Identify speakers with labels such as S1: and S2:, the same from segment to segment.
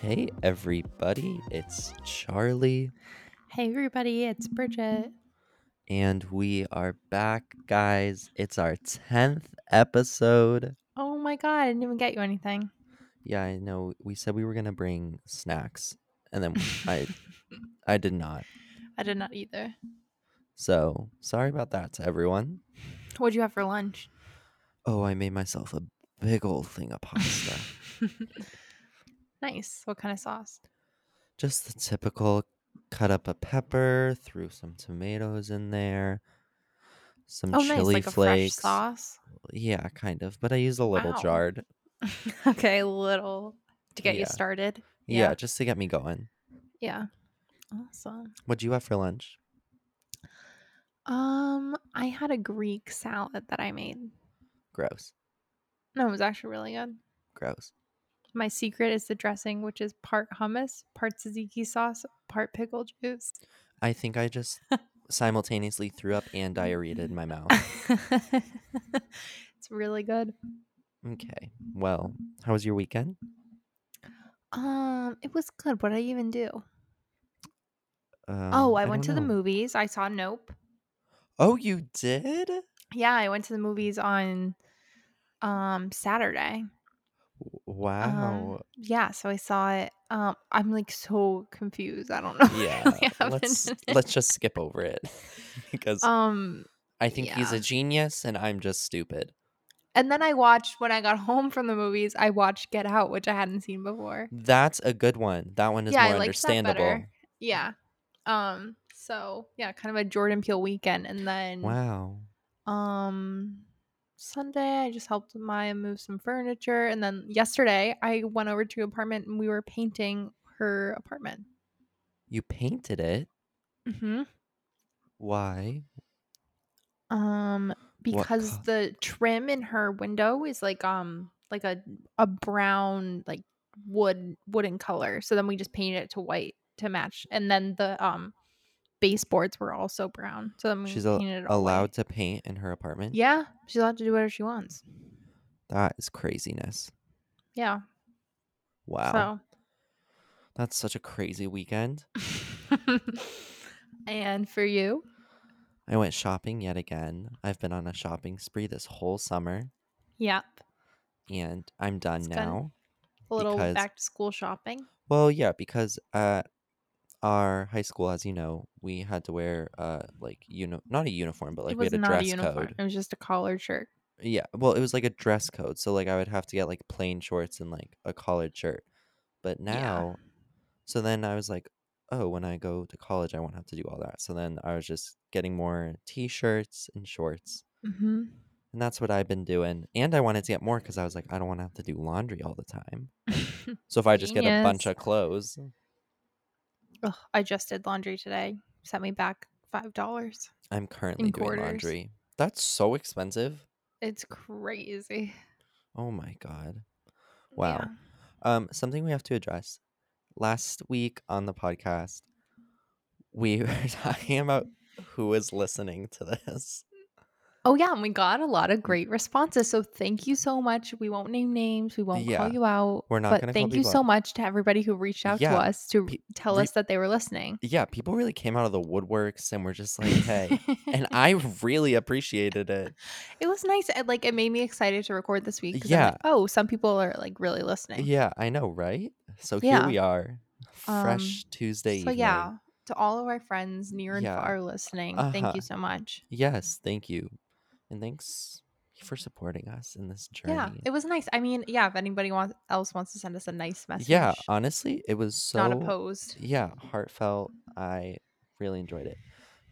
S1: Hey, everybody, it's Charlie,
S2: Hey everybody, it's Bridget.
S1: and we are back, guys. It's our 10th episode.
S2: Oh my god, I didn't even get you anything.
S1: Yeah, I know we said we were going to bring snacks, and then I I did not.
S2: I did not either.
S1: So, sorry about that to everyone.
S2: What'd you have for lunch?
S1: Oh, I made myself a big old thing of pasta.
S2: nice. What kind of sauce?
S1: Just the typical cut up a pepper, threw some tomatoes in there, some
S2: Oh, nice,
S1: chili
S2: like a fresh
S1: flakes.
S2: sauce.
S1: Yeah, kind of, but I used a little
S2: Wow.
S1: jarred.
S2: okay, a little to get
S1: Yeah.
S2: you started.
S1: Yeah,
S2: Yeah.
S1: just to get me going.
S2: Yeah. Awesome.
S1: What'd you have for lunch?
S2: Um, I had a Greek salad that I made.
S1: Gross.
S2: No, it was actually really good.
S1: Gross.
S2: My secret is the dressing, which is part hummus, part tzatziki sauce, part pickle juice.
S1: I think I just simultaneously threw up and diarrhea in my mouth.
S2: it's really good.
S1: Okay. Well, how was your weekend?
S2: Um, it was good. What did I even do?
S1: Um,
S2: oh, I, went to
S1: don't
S2: the
S1: know.
S2: movies. I saw Nope.
S1: Oh, you did?
S2: Um, Yeah, I went to the movies on um Saturday.
S1: W-
S2: Um,
S1: Wow.
S2: yeah, so I saw it. Um, I'm like so confused. I don't know. what
S1: yeah.
S2: really happened
S1: Let's
S2: in it.
S1: let's just skip over it because
S2: Um,
S1: I think he's a
S2: yeah.
S1: genius and I'm just stupid.
S2: and then I watched when I got home from the movies. I watched Get Out, which I hadn't seen before.
S1: That's a good one. That one is
S2: yeah, I
S1: more
S2: liked that
S1: understandable.
S2: better. Yeah. Um. So yeah, kind of a Jordan Peele weekend, and then
S1: Wow.
S2: um sunday i just helped maya move some furniture and then yesterday i went over to her apartment and we were painting her apartment
S1: You painted it.
S2: mm-hmm.
S1: Why?
S2: um because
S1: co-
S2: the trim in her window is like um like a a brown like wood wooden color so then we just painted it to white to match and then the um baseboards were also brown so then we
S1: She's al-
S2: painted it all
S1: allowed
S2: allowed
S1: to paint in her apartment?
S2: yeah she's allowed to do whatever she wants
S1: That is craziness.
S2: yeah
S1: Wow.
S2: so
S1: That's such a crazy weekend.
S2: and for you,
S1: I went shopping yet again. I've been on a shopping spree this whole summer
S2: yep,
S1: and I'm done
S2: It's been-
S1: now.
S2: a little
S1: Because-
S2: back to school shopping.
S1: Well, yeah, because at our high school, as you know, we had to wear uh like you know not a uniform, but like
S2: it
S1: we
S2: was
S1: had a
S2: not a
S1: dress
S2: uniform;
S1: code.
S2: it was just a collared shirt.
S1: Yeah. Well, it was like a dress code. So like I would have to get like plain shorts and like a collared shirt. But
S2: Yeah,
S1: now so then I was like, oh, when I go to college I won't have to do all that. So then I was just getting more t shirts and shorts.
S2: mm-hmm.
S1: And that's what I've been doing. And I wanted to get more because I was like, I don't want to have to do laundry all the time. So if I just get a bunch
S2: Genius.
S1: of clothes,
S2: Ugh, I just did laundry today. Sent me back five dollars.
S1: I'm currently doing
S2: quarters.
S1: laundry. That's so expensive.
S2: It's crazy.
S1: Oh my God. Wow.
S2: Yeah.
S1: Um, something we have to address. Last week on the podcast, we were talking about who is listening to this.
S2: Oh yeah, and we got a lot of great responses. So thank you so much. We won't name names. We won't
S1: Yeah.
S2: call you out.
S1: We're not
S2: but
S1: gonna call
S2: thank you
S1: people
S2: so
S1: out.
S2: much to everybody who reached out
S1: Yeah,
S2: to us to
S1: pe-
S2: tell
S1: re-
S2: us that they were listening.
S1: Yeah, people really came out of the woodworks and were just like, hey. And I really appreciated it.
S2: It was nice. It, like it made me excited to record this week. 'cause I'm
S1: Yeah.
S2: like, oh, some people are like really listening.
S1: Yeah, I know, right? So here
S2: Yeah.
S1: we are,
S2: Um,
S1: fresh
S2: So
S1: Tuesday evening.
S2: yeah, to all of our friends near and
S1: Yeah.
S2: far listening, thank
S1: Uh-huh.
S2: you so much.
S1: Yes, thank you, and thanks for supporting us in this journey.
S2: Yeah, it was nice. I mean, yeah, if anybody wants else wants to send us a nice message,
S1: Yeah, honestly, it was so
S2: not opposed.
S1: yeah heartfelt. I really enjoyed it.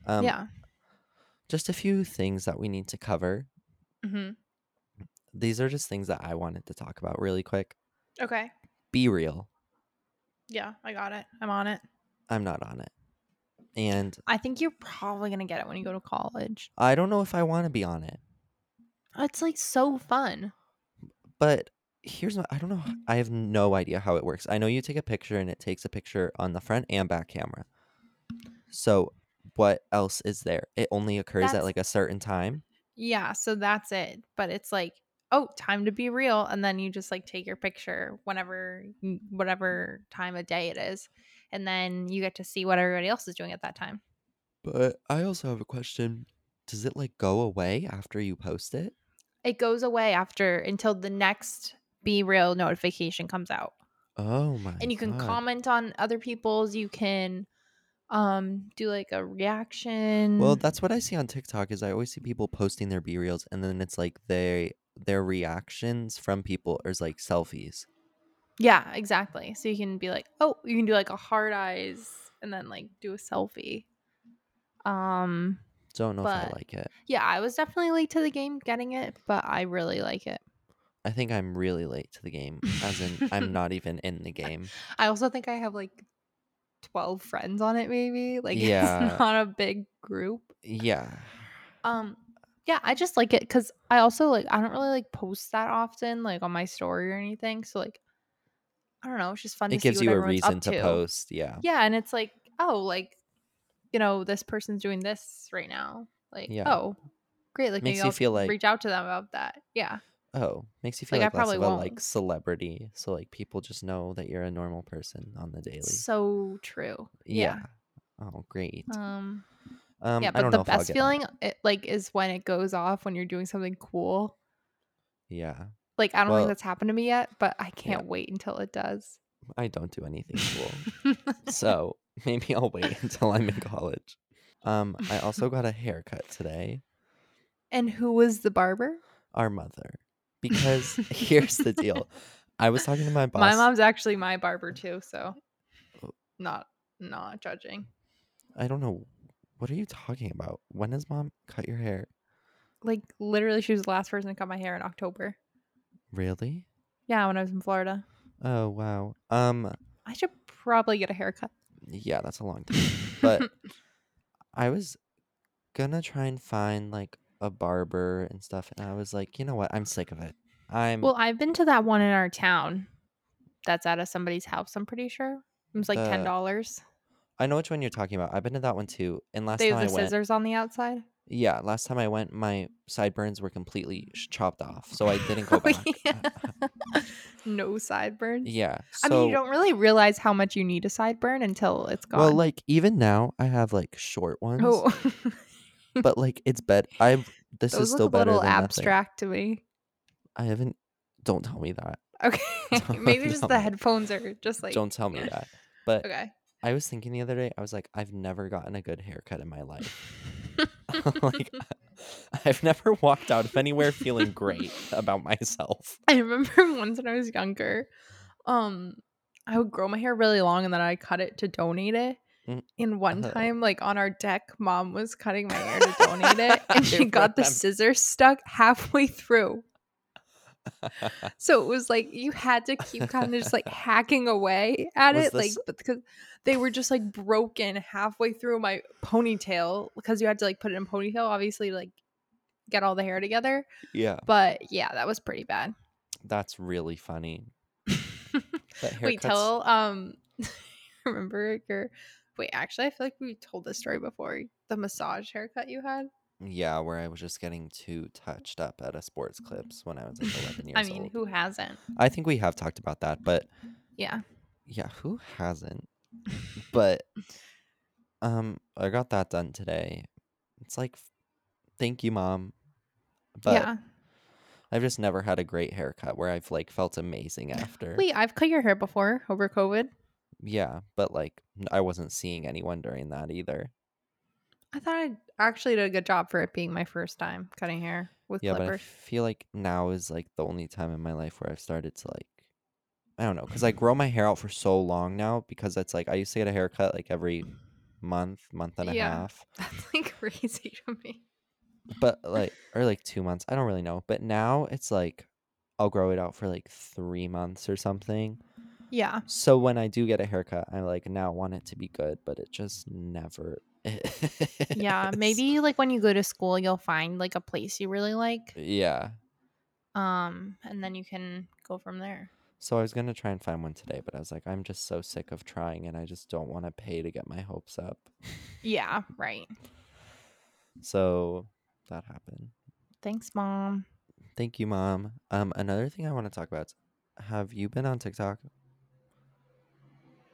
S1: Um,
S2: yeah.
S1: just a few things that we need to cover.
S2: hmm
S1: These are just things that I wanted to talk about really quick.
S2: Okay.
S1: Be real.
S2: Yeah, I got it. I'm on it.
S1: I'm not on it, and
S2: I think you're probably gonna get it when you go to college.
S1: I don't know if I want to be on it.
S2: It's like so fun.
S1: but here's what I don't
S2: Mm.
S1: know. h- I have no idea how it works. I know you take a picture and it takes a picture on the front and back camera. So what else is there? It only occurs at
S2: That's-
S1: like a certain time.
S2: Yeah, so that's it. But it's like oh, time to be real. And then you just like take your picture whenever, you- whatever time of day it is. And then you get to see what everybody else is doing at that time.
S1: But I also have a question. Does it like go away after you post it?
S2: It goes away after until the next Be Real notification comes out.
S1: Oh my!
S2: and you can
S1: God.
S2: comment on other people's you can um do like a reaction
S1: Well, that's what I see on TikTok. Is I always see people posting their B reels, and then it's like they their reactions from people is like selfies.
S2: yeah exactly so you can be like oh you can do like a hard eyes and then like do a selfie um
S1: Don't know if I
S2: But-
S1: like it.
S2: yeah i was definitely late to the game getting it but i really like it
S1: I think I'm really late to the game, as in I'm not even in the game.
S2: i also think i have like 12 friends on it maybe like
S1: Yeah.
S2: it's not a big group
S1: Yeah,
S2: Um, yeah, I just like it because I also like I don't really like post that often, like on my story or anything. So like, I don't know, it's just fun.
S1: it
S2: to
S1: gives
S2: see
S1: you
S2: what
S1: a
S2: everyone's
S1: reason
S2: up
S1: to, post. Yeah,
S2: Yeah, and it's like, oh, like, you know, this person's doing this right now. Like,
S1: Yeah.
S2: oh, great. Like,
S1: Makes
S2: maybe
S1: you
S2: I'll
S1: feel like-
S2: reach out to them about that. Yeah,
S1: oh, makes you feel
S2: Like, I
S1: like, less
S2: probably
S1: of a like
S2: won't.
S1: celebrity. So like people just know that you're a normal person on the daily.
S2: so true.
S1: yeah. Oh, great.
S2: Um.
S1: Um,
S2: yeah,
S1: I don't
S2: but the
S1: know if I'll
S2: best
S1: get that.
S2: feeling, it, like, is when it goes off when you're doing something cool.
S1: Yeah,
S2: Like, I don't
S1: Well-
S2: think that's happened to me yet, but I can't wait until it does.
S1: I don't do anything cool. so maybe I'll wait until I'm in college. Um, I also got a haircut today.
S2: And who was the barber?
S1: Our mother, because here's the deal. I was talking to my boss.
S2: My mom's actually my barber too, so Oh. not not judging.
S1: I don't know. What are you talking about? When does mom cut your hair?
S2: Like literally, she was the last person to cut my hair in October.
S1: Really?
S2: Yeah, when I was in Florida,
S1: Oh wow. Um,
S2: I should probably get a haircut.
S1: yeah, that's a long time. But mm I was gonna try and find like a barber and stuff, and I was like, you know what? I'm sick of it. I'm
S2: well, I've been to that one in our town. That's out of somebody's house. I'm pretty sure it was like
S1: The-
S2: ten dollars.
S1: I know which one you're talking about. I've been to that one too. And last
S2: They
S1: time
S2: have the
S1: I went,
S2: scissors on the outside.
S1: yeah, last time I went, my sideburns were completely sh- chopped off, so I didn't go back.
S2: Oh, Yeah. no sideburns.
S1: yeah.
S2: I
S1: So,
S2: mean, you don't really realize how much you need a sideburn until it's gone.
S1: well, like even now, I have like short ones,
S2: oh.
S1: but like it's bet I've this
S2: Those
S1: is
S2: look
S1: still
S2: a
S1: better
S2: little
S1: than nothing.
S2: abstract to me.
S1: I haven't. Don't tell me that.
S2: Okay,
S1: Don't-
S2: maybe just the
S1: don't.
S2: headphones are just like
S1: don't tell me that. But
S2: okay.
S1: I was thinking the other day, I was like, I've never gotten a good haircut in my life. like, I've never walked out of anywhere feeling great about myself.
S2: I remember once when I was younger, um, I would grow my hair really long and then I cut it to donate it.
S1: Mm.
S2: And one
S1: Oh.
S2: time, like on our deck, mom was cutting my hair to donate it, and she
S1: I
S2: got the
S1: remember.
S2: scissors stuck halfway through. So it was like you had to keep kind of just like hacking away at
S1: Was
S2: it, like
S1: this-
S2: but because they were just like broken halfway through my ponytail because you had to like put it in ponytail, obviously, to, like get all the hair together.
S1: yeah.
S2: But yeah, that was pretty bad.
S1: That's really funny. That haircuts-
S2: Wait, tell um, remember your. Wait, actually, I feel like we told this story before. The massage haircut you had.
S1: Yeah, where I was just getting too touched up at a sports clips when I was like 11 years
S2: Mm. I mean,
S1: old.
S2: who hasn't?
S1: I think we have talked about that, but
S2: Yeah.
S1: yeah, who hasn't? But um, I got that done today. It's like, f- thank you, mom. But
S2: yeah.
S1: I've just never had a great haircut where I've like felt amazing after.
S2: Wait, I've cut your hair before over COVID.
S1: Yeah, but like n- I wasn't seeing anyone during that either.
S2: I thought I actually did a good job for it being my first time cutting hair with
S1: Yeah, but I
S2: clippers.
S1: feel like now is like the only time in my life where I've started to like, I don't know, because I grow my hair out for so long now because it's like I used to get a haircut like every month, month and a
S2: Yeah.
S1: half,
S2: That's like crazy to me.
S1: but like, or like two months. I don't really know. But now it's like I'll grow it out for like three months or something.
S2: Yeah.
S1: So when I do get a haircut, I like now want it to be good, but it just never.
S2: Yeah.
S1: is.
S2: Maybe like when you go to school, you'll find like a place you really like.
S1: Yeah.
S2: Um, and then you can go from there.
S1: So I was gonna try and find one today, but I was like, I'm just so sick of trying, and I just don't want to pay to get my hopes up.
S2: Yeah. Right.
S1: So that happened.
S2: Thanks, mom.
S1: Thank you, mom. Um, another thing I want to talk about. is, Have you been on TikTok?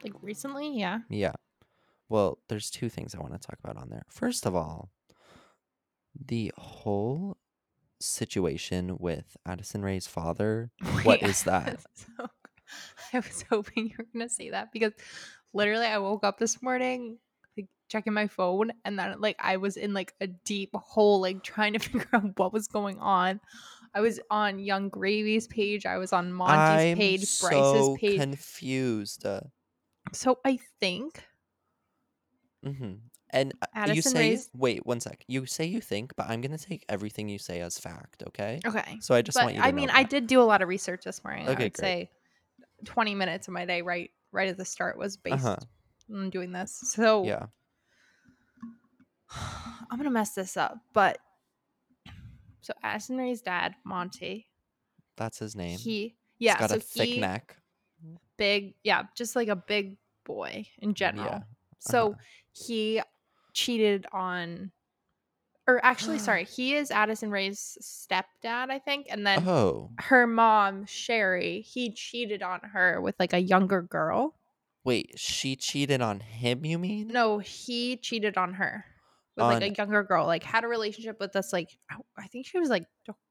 S2: Like recently, yeah.
S1: Yeah. Well, there's two things I want to talk about on there. First of all, the whole situation with Addison Ray's father. What
S2: Wait,
S1: is that?
S2: so- I was hoping you were gonna say that because literally I woke up this morning like checking my phone and then like I was in like a deep hole like trying to figure out what was going on. I was on Young Gravy's page, I was on Monty's
S1: I'm
S2: page,
S1: so
S2: Bryce's page.
S1: confused. Uh,
S2: so I think
S1: hmm And uh, you
S2: Addison
S1: say,
S2: Rae's-
S1: wait one sec. You say you think, but I'm gonna take everything you say as fact. Okay.
S2: okay.
S1: So I just
S2: but
S1: want you. To
S2: I
S1: know
S2: mean I
S1: that.
S2: did do a lot of research this morning. I
S1: Okay,
S2: would
S1: great.
S2: say twenty minutes of my day right right at the start was based
S1: Uh-huh.
S2: on doing this. So
S1: Yeah.
S2: I'm gonna mess this up, but so Addison Ray's dad, Monty,
S1: That's his name.
S2: he
S1: He's
S2: yeah,
S1: got
S2: so
S1: a thick
S2: he
S1: neck.
S2: big yeah, just like a big boy in general.
S1: Yeah. uh-huh.
S2: So he cheated on, or actually, sorry, he is Addison Ray's stepdad, I think, and then
S1: Oh.
S2: her mom Sherry, he cheated on her with like a younger girl.
S1: Wait, she cheated on him, you mean?
S2: No, he cheated on her with like
S1: On-
S2: a younger girl. Like had a relationship with this like I- I think she was like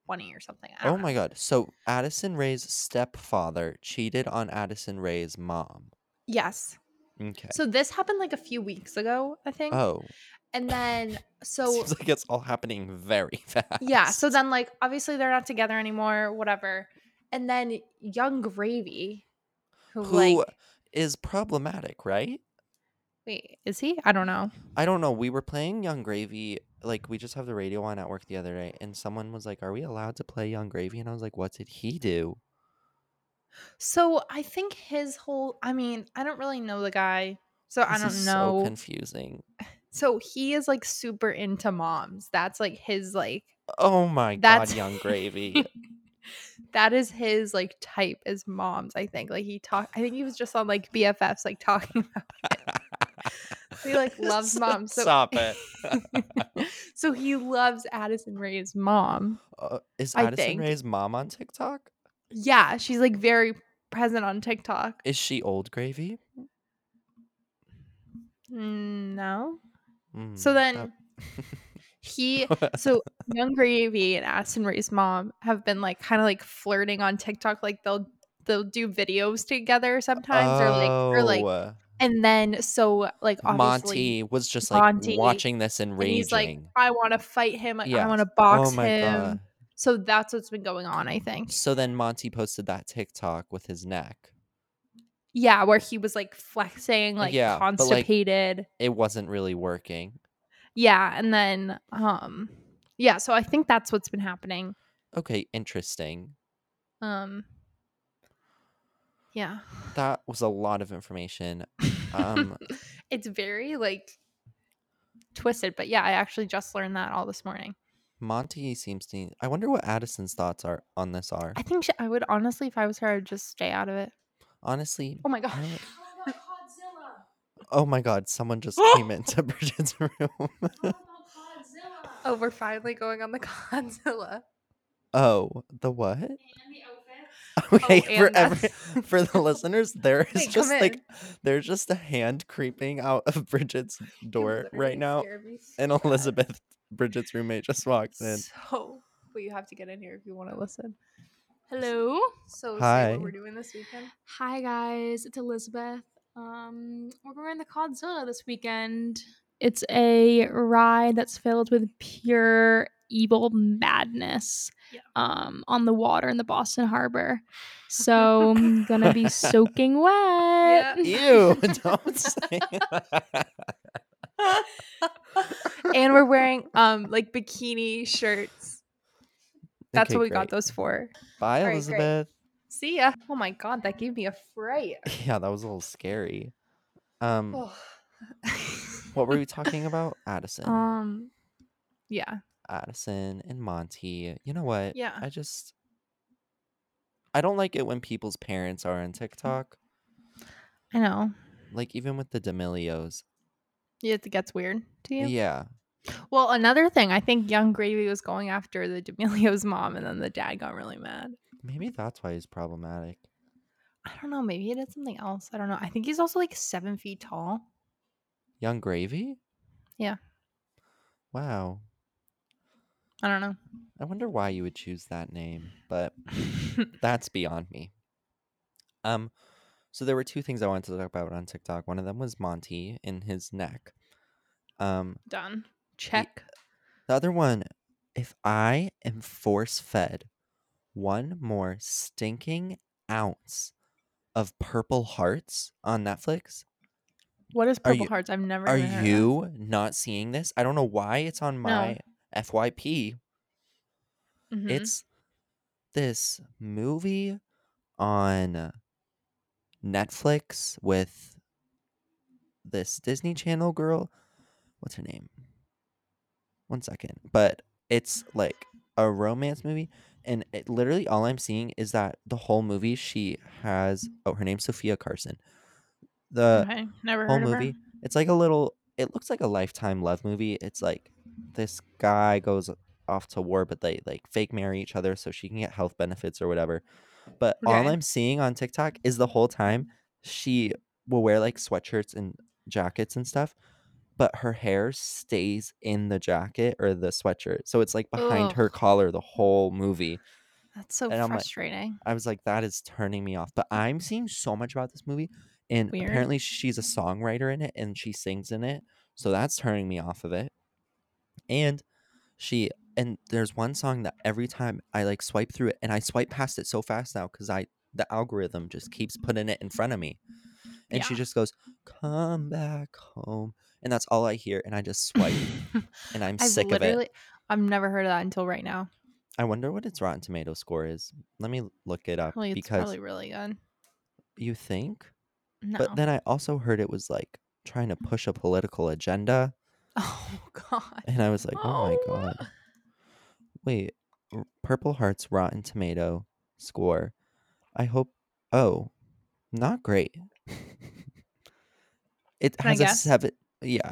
S2: twenty or something. I
S1: Oh
S2: don't know.
S1: my god. So Addison Ray's stepfather cheated on Addison Ray's mom.
S2: Yes.
S1: Okay.
S2: So this happened like a few weeks ago, I think.
S1: Oh.
S2: And then so
S1: Seems like it's all happening very fast.
S2: yeah, so then like obviously they're not together anymore, whatever. And then young Gravy, who,
S1: Who-
S2: like
S1: is problematic, right?
S2: wait, is he? I don't know.
S1: I don't know. We were playing Young Gravy. Like we just have the radio on at work the other day, and someone was like, "Are we allowed to play Young Gravy?" And I was like, "What did he do?"
S2: So I think his whole I mean, I don't really know the guy. So I
S1: This
S2: don't
S1: is
S2: know.
S1: So confusing.
S2: so he is like super into moms. That's like his like
S1: Oh my
S2: that's
S1: god, Young Gravy.
S2: that is his like type is moms, I think. Like he talked I think he was just on like BFFs like talking about He like loves mom. So
S1: Stop it.
S2: so he loves Addison Ray's mom.
S1: Uh, is
S2: I
S1: Addison
S2: think.
S1: Ray's mom on TikTok?
S2: Yeah, she's like very present on TikTok.
S1: Is she old gravy?
S2: Mm, No.
S1: Mm,
S2: So
S1: that-
S2: then he so young gravy and Addison Ray's mom have been like kind of like flirting on TikTok. Like they'll they'll do videos together sometimes or like or like
S1: Oh,
S2: and then so like obviously
S1: Monty was just like
S2: Monty,
S1: watching this and
S2: and
S1: raging.
S2: he's like, I want to fight him. Like, I
S1: Yes.
S2: want to box
S1: oh my
S2: him.
S1: god.
S2: So that's what's been going on, I think.
S1: So then Monty posted that TikTok with his neck.
S2: Yeah, where he was like flexing, like
S1: Yeah, but, like-
S2: constipated.
S1: It wasn't really working.
S2: yeah, and then um yeah, so I think that's what's been happening.
S1: Okay, interesting.
S2: Um Yeah.
S1: That was a lot of information. Um,
S2: it's very like twisted, but yeah, I actually just learned that all this morning.
S1: Monty seems to. Need, I wonder what Addison's thoughts are on this are.
S2: I think sh I would honestly if I was her I'd just stay out of it.
S1: Honestly,
S2: Oh my
S1: I
S2: god.
S1: don't- oh my god, someone just came into Bridget's room.
S2: Oh, we're finally going on the Godzilla.
S1: oh, the what? Okay, for
S2: Oh, and
S1: every,
S2: that's-
S1: for the listeners, there is
S2: Wait, come
S1: just like
S2: in.
S1: there's just a hand creeping out of Bridget's
S2: You
S1: door
S2: literally
S1: right now,
S2: scared me so
S1: and
S2: bad.
S1: Elizabeth, Bridget's roommate, just walked in.
S2: So, but you have to get in here if you want to listen. Hello. So,
S1: Hi.
S2: say what we're doing this weekend.
S3: Hi guys, it's Elizabeth. Um, we're going to Godzilla this weekend. It's a ride that's filled with pure evil madness
S2: Yeah.
S3: um, on the water in the Boston Harbor. So I'm gonna be soaking wet.
S1: Ew! Don't say. that.
S2: and we're wearing um like bikini shirts. That's
S1: Okay,
S2: what we got
S1: great.
S2: those for.
S1: Bye,
S2: All right, great.
S1: Elizabeth.
S2: See ya. Oh my god, that gave me a fright.
S1: Yeah, that was a little scary. Um,
S2: Oh.
S1: what were we talking about? Addison,
S2: um. Yeah.
S1: Addison, and Monty. You know what?
S2: Yeah.
S1: I just I don't like it when people's parents are
S2: Mm.
S1: on TikTok.
S2: I know.
S1: Like even with the D'Amelios.
S2: It gets weird to you.
S1: Yeah.
S2: Well, another thing, I think Young Gravy was going after the D'Amelio's mom, and then the dad got really mad.
S1: Maybe that's why he's problematic.
S2: I don't know. Maybe he did something else. I don't know. I think he's also like seven feet tall.
S1: Young Gravy?
S2: Yeah.
S1: Wow.
S2: I don't know.
S1: I wonder why you would choose that name, but that's beyond me. Um, so there were two things I wanted to talk about on TikTok. One of them was Monty in his neck. Um,
S2: Done. Check.
S1: the other one, if I am force fed one more stinking ounce of Purple Hearts on Netflix,
S2: What is
S1: Are
S2: Purple
S1: you-
S2: Hearts? I've never.
S1: are
S2: even heard of that.
S1: you not seeing this? I don't know why it's on my FYP.
S2: Mhm.
S1: It's this movie on Netflix with this Disney Channel girl. What's her name? One second. But it's like a romance movie. And it, literally, all I'm seeing is that the whole movie she has. Oh, her name's Sophia Carson. The
S2: okay. Never
S1: whole
S2: heard of her.
S1: movie. It's like a little. It looks like a lifetime love movie. It's like this guy goes off to war, but they like fake marry each other so she can get health benefits or whatever. But all
S2: Okay.
S1: I'm seeing on TikTok is the whole time she will wear like sweatshirts and jackets and stuff, but her hair stays in the jacket or the sweatshirt. So it's like behind her
S2: Ugh.
S1: collar the whole movie.
S2: That's so
S1: and I'm like-
S2: frustrating.
S1: I was like, that is turning me off. But I'm seeing so much about this movie, and
S2: Weird.
S1: apparently she's a songwriter in it and she sings in it, so that's turning me off of it. And she and there's one song that every time I like swipe through it, and I swipe past it so fast now because I the algorithm just keeps putting it in front of me, and she
S2: Yeah.
S1: just goes, "Come back home," and that's all I hear, and I just swipe, and I'm
S2: I've
S1: sick of it.
S2: literally. I've never heard of that until right now.
S1: I wonder what its Rotten Tomato score is. Let me look it up
S2: Probably, it's
S1: because
S2: probably really good.
S1: you think.
S2: No.
S1: But then I also heard it was like trying to push a political agenda.
S2: oh God.
S1: And I was like, oh my
S2: Oh.
S1: God. Wait, R- Purple Heart's Rotten Tomato score. I hope. Oh, not great. it
S2: Can I
S1: has a
S2: guess?
S1: seven. Yeah.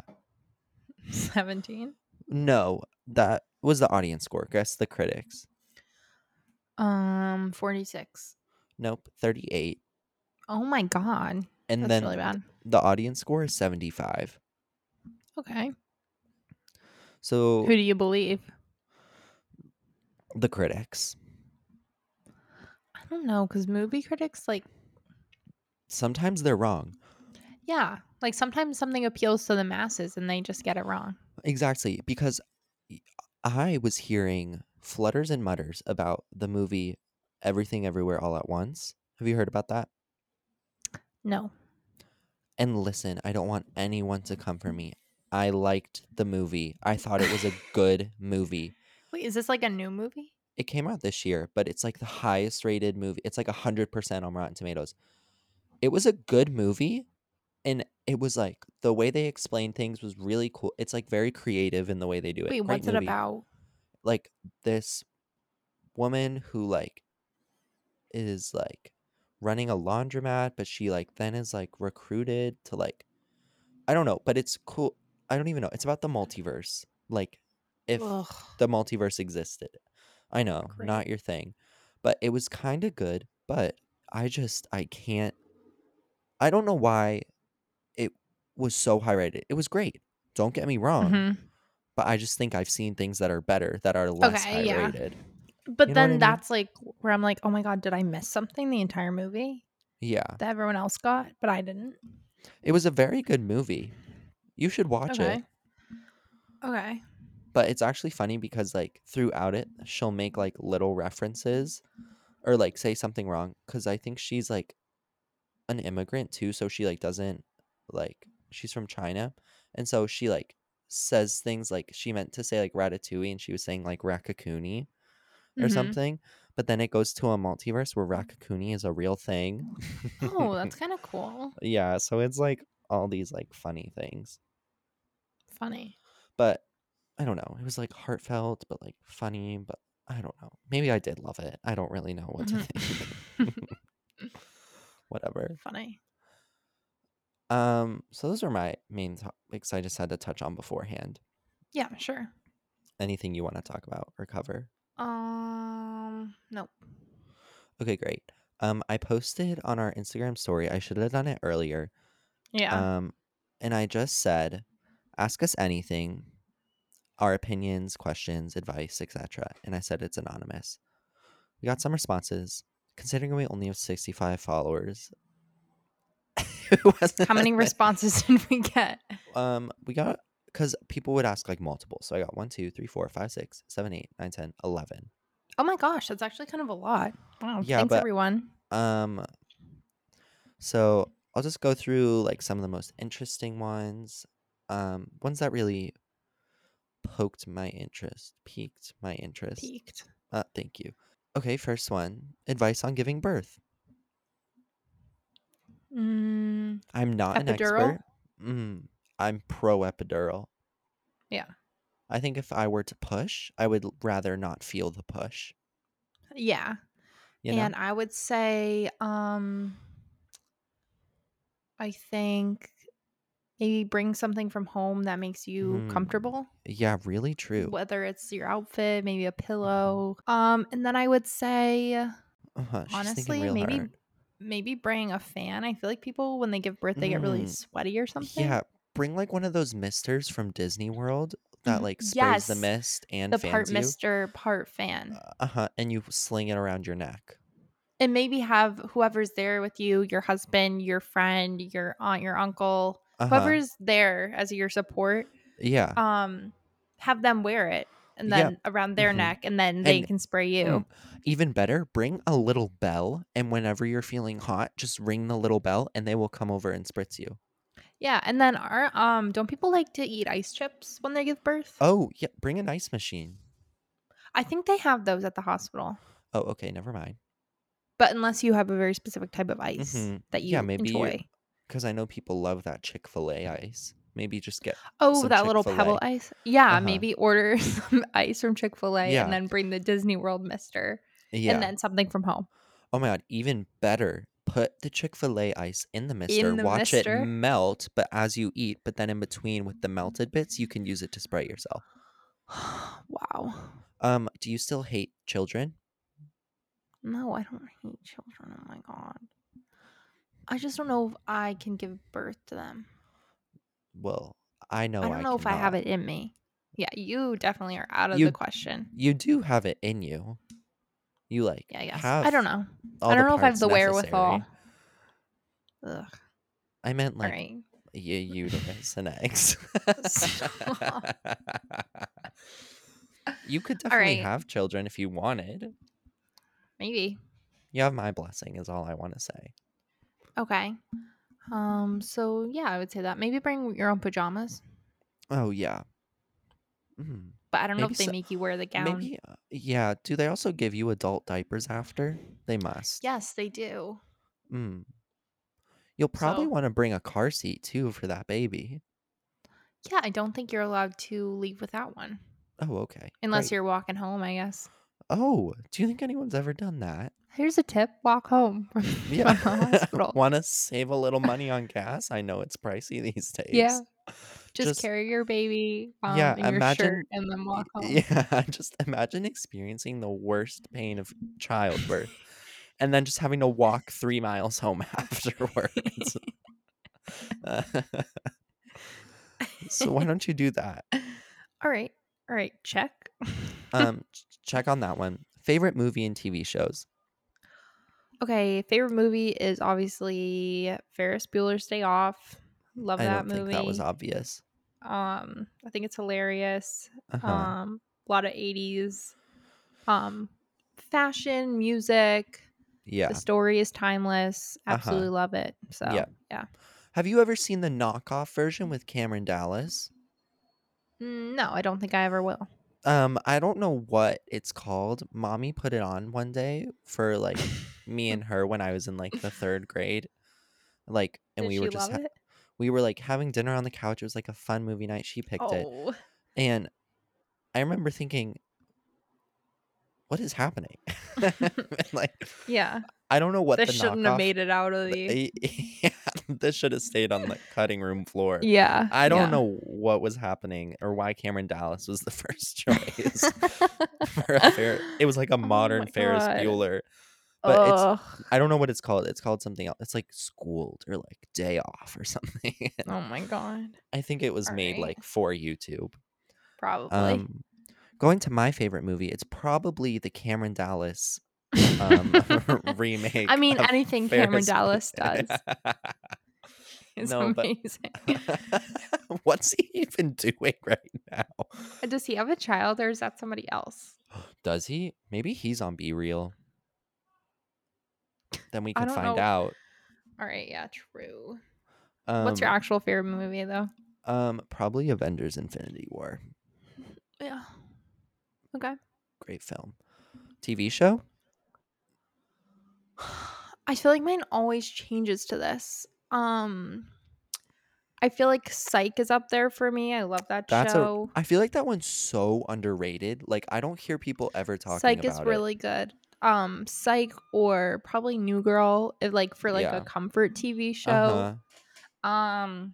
S2: Seventeen.
S1: No, that was the audience score. Guess the critics.
S2: Um, forty-six.
S1: Nope, 38.
S2: Oh my God.
S1: And
S2: That's
S1: then
S2: really bad.
S1: the audience score is 75.
S2: Okay.
S1: So
S2: Who do you believe?
S1: the critics.
S2: I don't know because movie critics like
S1: Sometimes they're wrong.
S2: yeah like sometimes something appeals to the masses and they just get it wrong.
S1: Exactly, because y- I was hearing flutters and mutters about the movie Everything Everywhere All at Once. Have you heard about that?
S2: No.
S1: And listen, I don't want anyone to come for me. I liked the movie. I thought it was a good movie.
S2: Wait, is this like a new movie?
S1: It came out this year, but it's like the highest rated movie. It's like 100% on Rotten Tomatoes. It was a good movie, and it was like the way they explained things was really cool. It's like very creative in the way they do it.
S2: Wait,
S1: Great
S2: what's it
S1: movie.
S2: about?
S1: like this woman who like is like running a laundromat but she like then is like recruited to like i don't know but it's cool i don't even know it's about the multiverse like if
S2: Ugh.
S1: the multiverse existed i know
S2: Great.
S1: not your thing but it was kind of good but i just i can't i don't know why it was so high rated it was great don't get me wrong
S2: Mhm.
S1: but i just think i've seen things that are better that are less
S2: Okay,
S1: high
S2: yeah.
S1: rated
S2: But
S1: You know what I
S2: then
S1: mean?
S2: that's like where I'm like, oh my god, did I miss something the entire movie
S1: Yeah.
S2: that everyone else got but I didn't?
S1: It was a very good movie. You should watch
S2: Okay.
S1: it.
S2: Okay.
S1: But it's actually funny because like throughout it she'll make like little references or like say something wrong cuz I think she's like an immigrant too so she like doesn't like she's from China and so she like says things like she meant to say like ratatouille and she was saying like raccoonie or
S2: Mhm.
S1: something but then it goes to a multiverse where raccoonie is a real thing.
S2: Oh, that's kind of cool.
S1: yeah, so it's like all these like funny things.
S2: Funny.
S1: but I don't know. It was like heartfelt, but like funny, but I don't know. Maybe I did love it. I don't really know what to think.
S2: Mhm.
S1: Whatever.
S2: Funny.
S1: Um. So those are my main topics I just had to touch on beforehand.
S2: Yeah, sure.
S1: Anything you want to talk about or cover?
S2: Um, nope.
S1: Okay, great. Um, I posted on our Instagram story. I should have done it earlier.
S2: Yeah.
S1: Um, and I just said, ask us anything, our opinions, questions, advice, etc. And I said it's anonymous. We got some responses. Considering we only have 65 followers, it wasn't
S2: How many
S1: that many.
S2: responses did we get?
S1: Um, we got because people would ask like multiple. So I got one, two, three, four, five, six, seven, eight, nine, ten, eleven.
S2: Oh my gosh, that's actually kind of a lot. Wow.
S1: Yeah,
S2: thanks
S1: but-
S2: everyone.
S1: Um, so I'll just go through like some of the most interesting ones, um, ones that really poked my interest, piqued my interest.
S2: Peaked.
S1: Uh, thank you. Okay, first one: advice on giving birth.
S2: Mm,
S1: I'm not an
S2: Epidural?
S1: expert. Mm, I'm pro epidural.
S2: yeah.
S1: I think if I were to push, I would l- rather not feel the push.
S2: Yeah.
S1: You know?
S2: And I would say, um, I think maybe bring something from home that makes you
S1: Hmm.
S2: comfortable,
S1: yeah, really true. Mm-hmm.
S2: whether it's your outfit, maybe a pillow. Um, and then I would say,
S1: Uh-huh, she's
S2: honestly,
S1: thinking real
S2: maybe
S1: hard.
S2: maybe bring a fan. I feel like people when they give birth, they get really
S1: Mm.
S2: sweaty or something.
S1: Yeah, bring like one of those misters from Disney World that
S2: Mhm.
S1: like sprays the
S2: Yes,
S1: mist and
S2: the
S1: fans
S2: part
S1: you.
S2: mister, part fan,
S1: Uh huh. And you sling it around your neck.
S2: and maybe have whoever's there with you, your husband, your friend, your aunt, your uncle,
S1: Uh-huh.
S2: whoever's there as your support.
S1: yeah.
S2: um have them wear it and
S1: Yeah.
S2: then around their
S1: Mhm.
S2: neck and then they
S1: And-
S2: can spray you
S1: Mm. Even better, bring a little bell, and whenever you're feeling hot, just ring the little bell, and they will come over and spritz you.
S2: yeah and then our um don't people like to eat ice chips when they give birth
S1: Oh yeah, bring an ice machine.
S2: i think they have those at the hospital
S1: Oh okay, never mind.
S2: but unless you have a very specific type of ice
S1: Mhm.
S2: that you
S1: Yeah, maybe you-
S2: enjoy
S1: Because I know people love that Chick Fil A ice. Maybe just get
S2: oh
S1: some
S2: that little
S1: Chick-fil-A.
S2: pebble ice yeah
S1: Uh-huh.
S2: maybe order some ice from chick-fil-a
S1: Yeah.
S2: and then bring the disney world mister
S1: yeah.
S2: and then something from home
S1: Oh my god, even better. Put the Chick fil A ice in the mister,
S2: the
S1: watch
S2: mister? Mm.
S1: it melt, but as you eat, but then in between with the melted bits, you can use it to spray yourself.
S2: wow
S1: Um, do you still hate children?
S2: No, I don't hate children. Oh my god. I just don't know if I can give birth to them.
S1: Well, I know
S2: I don't know if I have
S1: cannot.
S2: it in me. Yeah, you definitely are out of
S1: You-
S2: the question.
S1: You do have it in you. You like
S2: Yeah, I guess.
S1: have
S2: I don't know.
S1: all
S2: I
S1: the
S2: don't know if I have
S1: parts
S2: the wherewithal.
S1: necessary.
S2: Ugh.
S1: I meant
S2: all
S1: like
S2: right.
S1: a uterus and eggs.
S2: Stop.
S1: you could
S2: All
S1: definitely
S2: right.
S1: have children if you wanted.
S2: Maybe.
S1: You have my blessing is all I want to say.
S2: Okay. Um, so yeah, I would say that. Maybe bring your own pajamas.
S1: Oh yeah. Mm.
S2: But I don't know
S1: Maybe
S2: if they
S1: so-
S2: make you wear the gown.
S1: Maybe uh, yeah. Do they also give you adult diapers after? They must.
S2: Yes, they do.
S1: Mm. You'll probably
S2: So-
S1: want to bring a car seat too for that baby.
S2: Yeah, I don't think you're allowed to leave without one.
S1: Oh okay.
S2: Unless
S1: great.
S2: you're walking home, I guess.
S1: Oh, do you think anyone's ever done that?
S2: Here's a tip: walk home from
S1: Yeah.
S2: the hospital.
S1: want to save a little money on gas? I know it's pricey these days.
S2: Yeah. just,
S1: Just,
S2: carry your baby um,
S1: Yeah,
S2: in your
S1: imagine-
S2: shirt and then walk home.
S1: Yeah, just imagine experiencing the worst pain of childbirth and then just having to walk three miles home afterwards. Uh, so why don't you do that?
S2: All right, all right, check.
S1: Um, ch- check on that one. Favorite movie and TV shows.
S2: okay, favorite movie is obviously Ferris Bueller's Day Off. Love
S1: I don't
S2: that movie.
S1: think that was obvious.
S2: um, I think it's hilarious.
S1: Uh-huh.
S2: Um, a lot of '80s, um, fashion, music.
S1: yeah.
S2: The story is timeless.
S1: Uh-huh.
S2: Absolutely love it. So
S1: Yeah. Have you ever seen the knockoff version with Cameron Dallas?
S2: Mm, no, I don't think I ever will.
S1: Um, I don't know what it's called. Mommy put it on one day for like me and her when I was in like the third grade. Like, and
S2: Did
S1: we
S2: she
S1: were just
S2: love
S1: ha-
S2: it?
S1: we were like having dinner on the couch. It was like a fun movie night. She picked it,
S2: Oh,
S1: and I remember thinking, "What is happening?" And, like,
S2: yeah.
S1: I don't know what
S2: They
S1: the
S2: shouldn't
S1: knockoff.
S2: have made it out of the.
S1: yeah, this should have stayed on the cutting room floor.
S2: Yeah.
S1: I don't
S2: yeah.
S1: know what was happening or why Cameron Dallas was the first choice for a fair. It was like a
S2: Oh my
S1: modern Ferris
S2: God.
S1: Bueller. but it's-
S2: Ugh.
S1: I don't know what it's called. It's called something else. It's like schooled or like day off or something. And
S2: oh my god.
S1: I think it was made
S2: alright.
S1: like for YouTube.
S2: Probably.
S1: Um, going to my favorite movie, it's probably the Cameron Dallas um, remake.
S2: I mean,
S1: of
S2: anything Cameron
S1: Ferris
S2: Dallas does
S1: Bueller.
S2: is
S1: No, but-
S2: amazing.
S1: What's he even doing right now?
S2: Does he have a child or is that somebody else?
S1: Does he? Maybe he's on B Real. Then we
S2: I
S1: can
S2: don't
S1: find
S2: know.
S1: out.
S2: All right, yeah, true.
S1: Um,
S2: What's your actual favorite movie though?
S1: Um, probably Avengers: Infinity War.
S2: Yeah. Okay.
S1: Great film. TV show.
S2: I feel like mine always changes to this. Um I feel like Psych is up there for me. I love that
S1: That's a-
S2: show.
S1: I feel like that one's so underrated. Like I don't hear people ever talking
S2: Psych
S1: about
S2: is really good. Um Psych or probably New Girl, if, like for like
S1: Yeah.
S2: a comfort TV
S1: it.
S2: show.
S1: Uh-huh.
S2: Um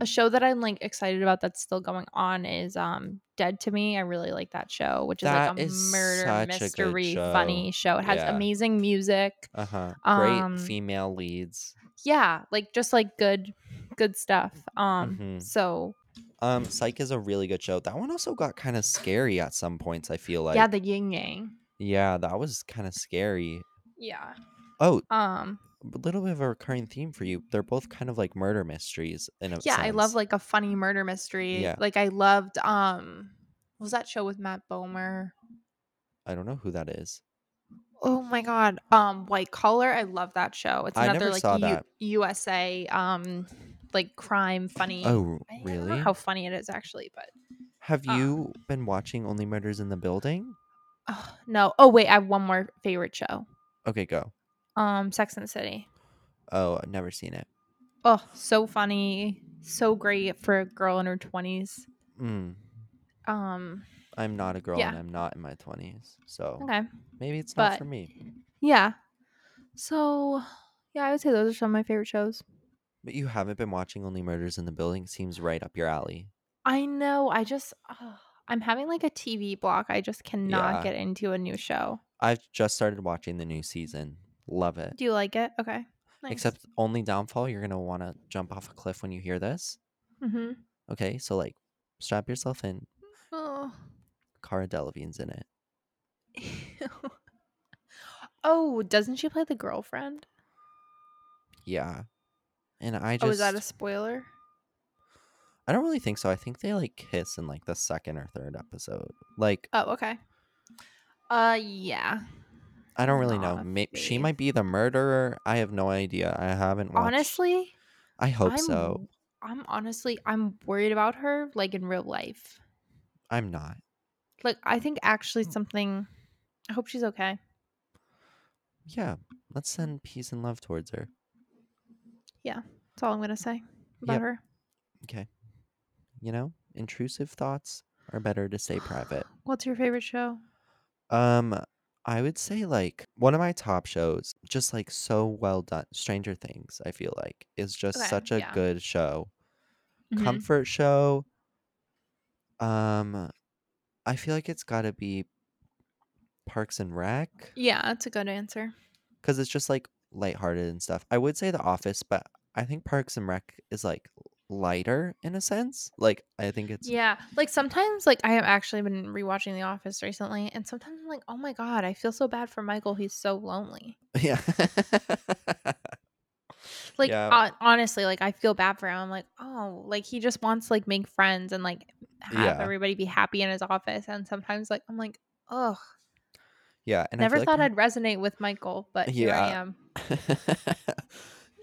S2: a show that I'm like excited about that's still going on is um Dead to Me. I really like that show, which
S1: That
S2: is like a
S1: is
S2: murder
S1: such a good
S2: mystery
S1: show.
S2: funny show. It has
S1: Yeah.
S2: amazing music.
S1: Uh-huh.
S2: Um,
S1: Great female leads.
S2: Yeah, like just like good good stuff. Um
S1: Mhm.
S2: so
S1: Um, Psych is a really good show. That one also got kind of scary at some points. I feel like.
S2: yeah, the yin yang.
S1: yeah, that was kind of scary.
S2: Yeah.
S1: Oh,
S2: Um
S1: a little bit of a recurring theme for you. They're both kind of like murder mysteries in a
S2: yeah, I love
S1: sense.
S2: like a funny murder mystery.
S1: Yeah.
S2: Like I loved um what was that show with Matt Bomer?
S1: I don't know who that is.
S2: Oh my god. Um White Collar, I love that show. It's
S1: I
S2: another
S1: never
S2: like
S1: saw
S2: U-
S1: that.
S2: USA um like crime funny.
S1: Oh,
S2: I don't know
S1: really?
S2: how funny it is actually, but
S1: Have
S2: uh,
S1: you been watching Only Murders in the Building?
S2: oh, no. Oh wait, I have one more favorite show.
S1: Okay, go.
S2: Um Sex and the City.
S1: Oh, I've never seen it.
S2: Oh, so funny. So great for a girl in her 20s.
S1: Mm.
S2: Um
S1: I'm not a girl and
S2: Yeah.
S1: I'm not in my 20s. So
S2: okay.
S1: maybe it's not
S2: But-
S1: for me.
S2: Yeah. So yeah, I would say those are some of my favorite shows.
S1: But you haven't been watching Only Murders in the Building? Seems right up your alley.
S2: I know. I just ugh, I'm having like a TV block. I just cannot
S1: Yeah.
S2: get into a new show.
S1: I've just started watching the new season. Love it.
S2: Do you like it? Okay. Nice.
S1: Except only downfall, you're going to want to jump off a cliff when you hear this.
S2: hmm
S1: Okay, so like strap yourself in.
S2: oh.
S1: Cara Delevingne's in it.
S2: oh, doesn't she play the girlfriend?
S1: Yeah. And I just
S2: Oh, is that a spoiler?
S1: I don't really think so. I think they like kiss in like the second or third episode. Like
S2: Oh, okay. Uh, yeah.
S1: I don't really know.
S2: not a
S1: May- she
S2: faith.
S1: might be the murderer. I have no idea. I haven't watched.
S2: Honestly,
S1: I hope
S2: I'm.
S1: so.
S2: I'm honestly, I'm worried about her, like in real life.
S1: I'm not.
S2: Like, I think actually
S1: Mm.
S2: something. I hope she's okay.
S1: Yeah, let's send peace and love towards her.
S2: That's all I'm gonna say about
S1: Yep.
S2: her.
S1: Okay. You know, intrusive thoughts are better to stay private.
S2: What's your favorite show?
S1: Um, I would say like one of my top shows, just like so well done. Stranger Things, I feel like, is just
S2: Okay,
S1: such a
S2: yeah.
S1: good show.
S2: Mhm.
S1: comfort show um i feel like it's got to be parks and rec
S2: Yeah, that's a good answer.
S1: because it's just like lighthearted and stuff i would say the office but i think parks and rec is like lighter in a sense like i think it's
S2: Yeah, like sometimes, like I have actually been rewatching The Office recently, and sometimes I'm like, oh my god, I feel so bad for Michael. He's so lonely.
S1: yeah
S2: Like
S1: Yeah.
S2: hon- honestly, like I feel bad for him. I'm like, oh, like he just wants to, like make friends and like have
S1: Yeah.
S2: everybody be happy in his office. And sometimes, like I'm like, oh,
S1: yeah and
S2: never
S1: I feel
S2: thought
S1: like
S2: I'd resonate with Michael, but here I
S1: Yeah.
S2: am.
S1: I'd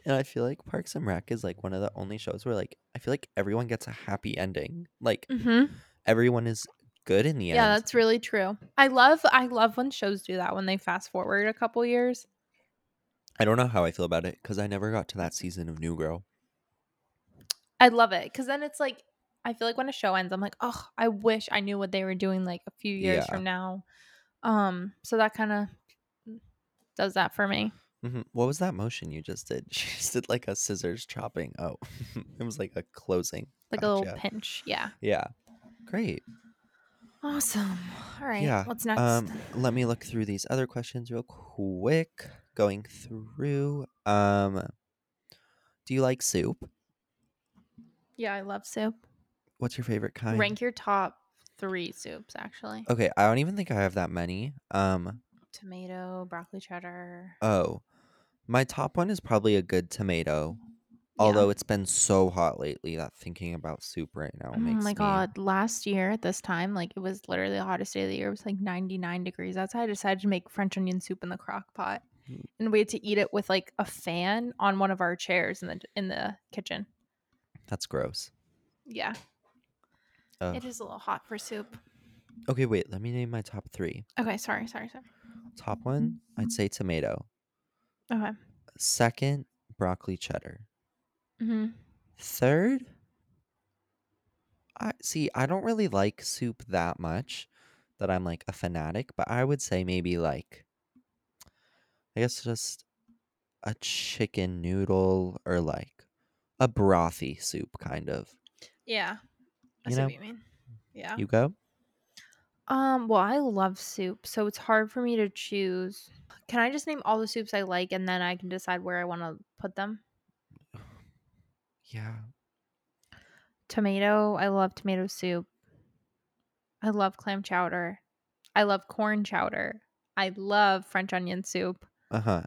S1: and i feel like parks and rec is like one of the only shows where like i feel like everyone gets a happy ending like
S2: Mm-hmm.
S1: everyone is good in the
S2: Yeah,
S1: end
S2: that's really true. I love I love when shows do that when they fast forward a couple years.
S1: I don't know how I feel about it because I never got to that season of New Girl.
S2: I love it because then it's like I feel like when a show ends, I'm like, oh, I wish I knew what they were doing like a few years
S1: Yeah.
S2: from now. Um, so that kind of does that for me.
S1: hmm What was that motion you just did? She just did like a scissors chopping. Oh, it was like a closing.
S2: like a little
S1: Gotcha.
S2: pinch. Yeah.
S1: Yeah. Great.
S2: Awesome. All right.
S1: Yeah,
S2: What's next?
S1: Um, let me look through these other questions real quick. Going through. Um, do you like soup?
S2: yeah, I love soup.
S1: What's your favorite kind?
S2: Rank your top three soups, actually.
S1: Okay, I don't even think I have that many. Um,
S2: Tomato, broccoli cheddar.
S1: oh, my top one is probably a good tomato.
S2: Yeah.
S1: Although it's been so hot lately that thinking about soup right now
S2: Oh
S1: makes
S2: my
S1: me-
S2: god! Last year at this time, like it was literally the hottest day of the year. It was like 99 degrees outside. I decided to make French onion soup in the crock pot,
S1: Mm.
S2: and we had to eat it with like a fan on one of our chairs in the in the kitchen.
S1: that's gross.
S2: Yeah,
S1: Ugh.
S2: it is a little hot for soup.
S1: Okay, wait. Let me name my top three.
S2: Okay, sorry, sorry, sorry.
S1: Top one, I'd say tomato.
S2: Mm-hmm. Okay.
S1: Second, broccoli cheddar.
S2: Mm-hmm.
S1: Third, I see. I don't really like soup that much that I'm like a fanatic, but I would say maybe like, I guess just a chicken noodle or like a brothy soup kind of.
S2: Yeah. I
S1: You
S2: see
S1: know,
S2: what you mean. Yeah.
S1: You go.
S2: Um, well, I love soup, so it's hard for me to choose. Can I just name all the soups I like and then I can decide where I want to put them?
S1: Yeah.
S2: Tomato, I love tomato soup. I love clam chowder. I love corn chowder. I love French onion soup.
S1: Uh huh.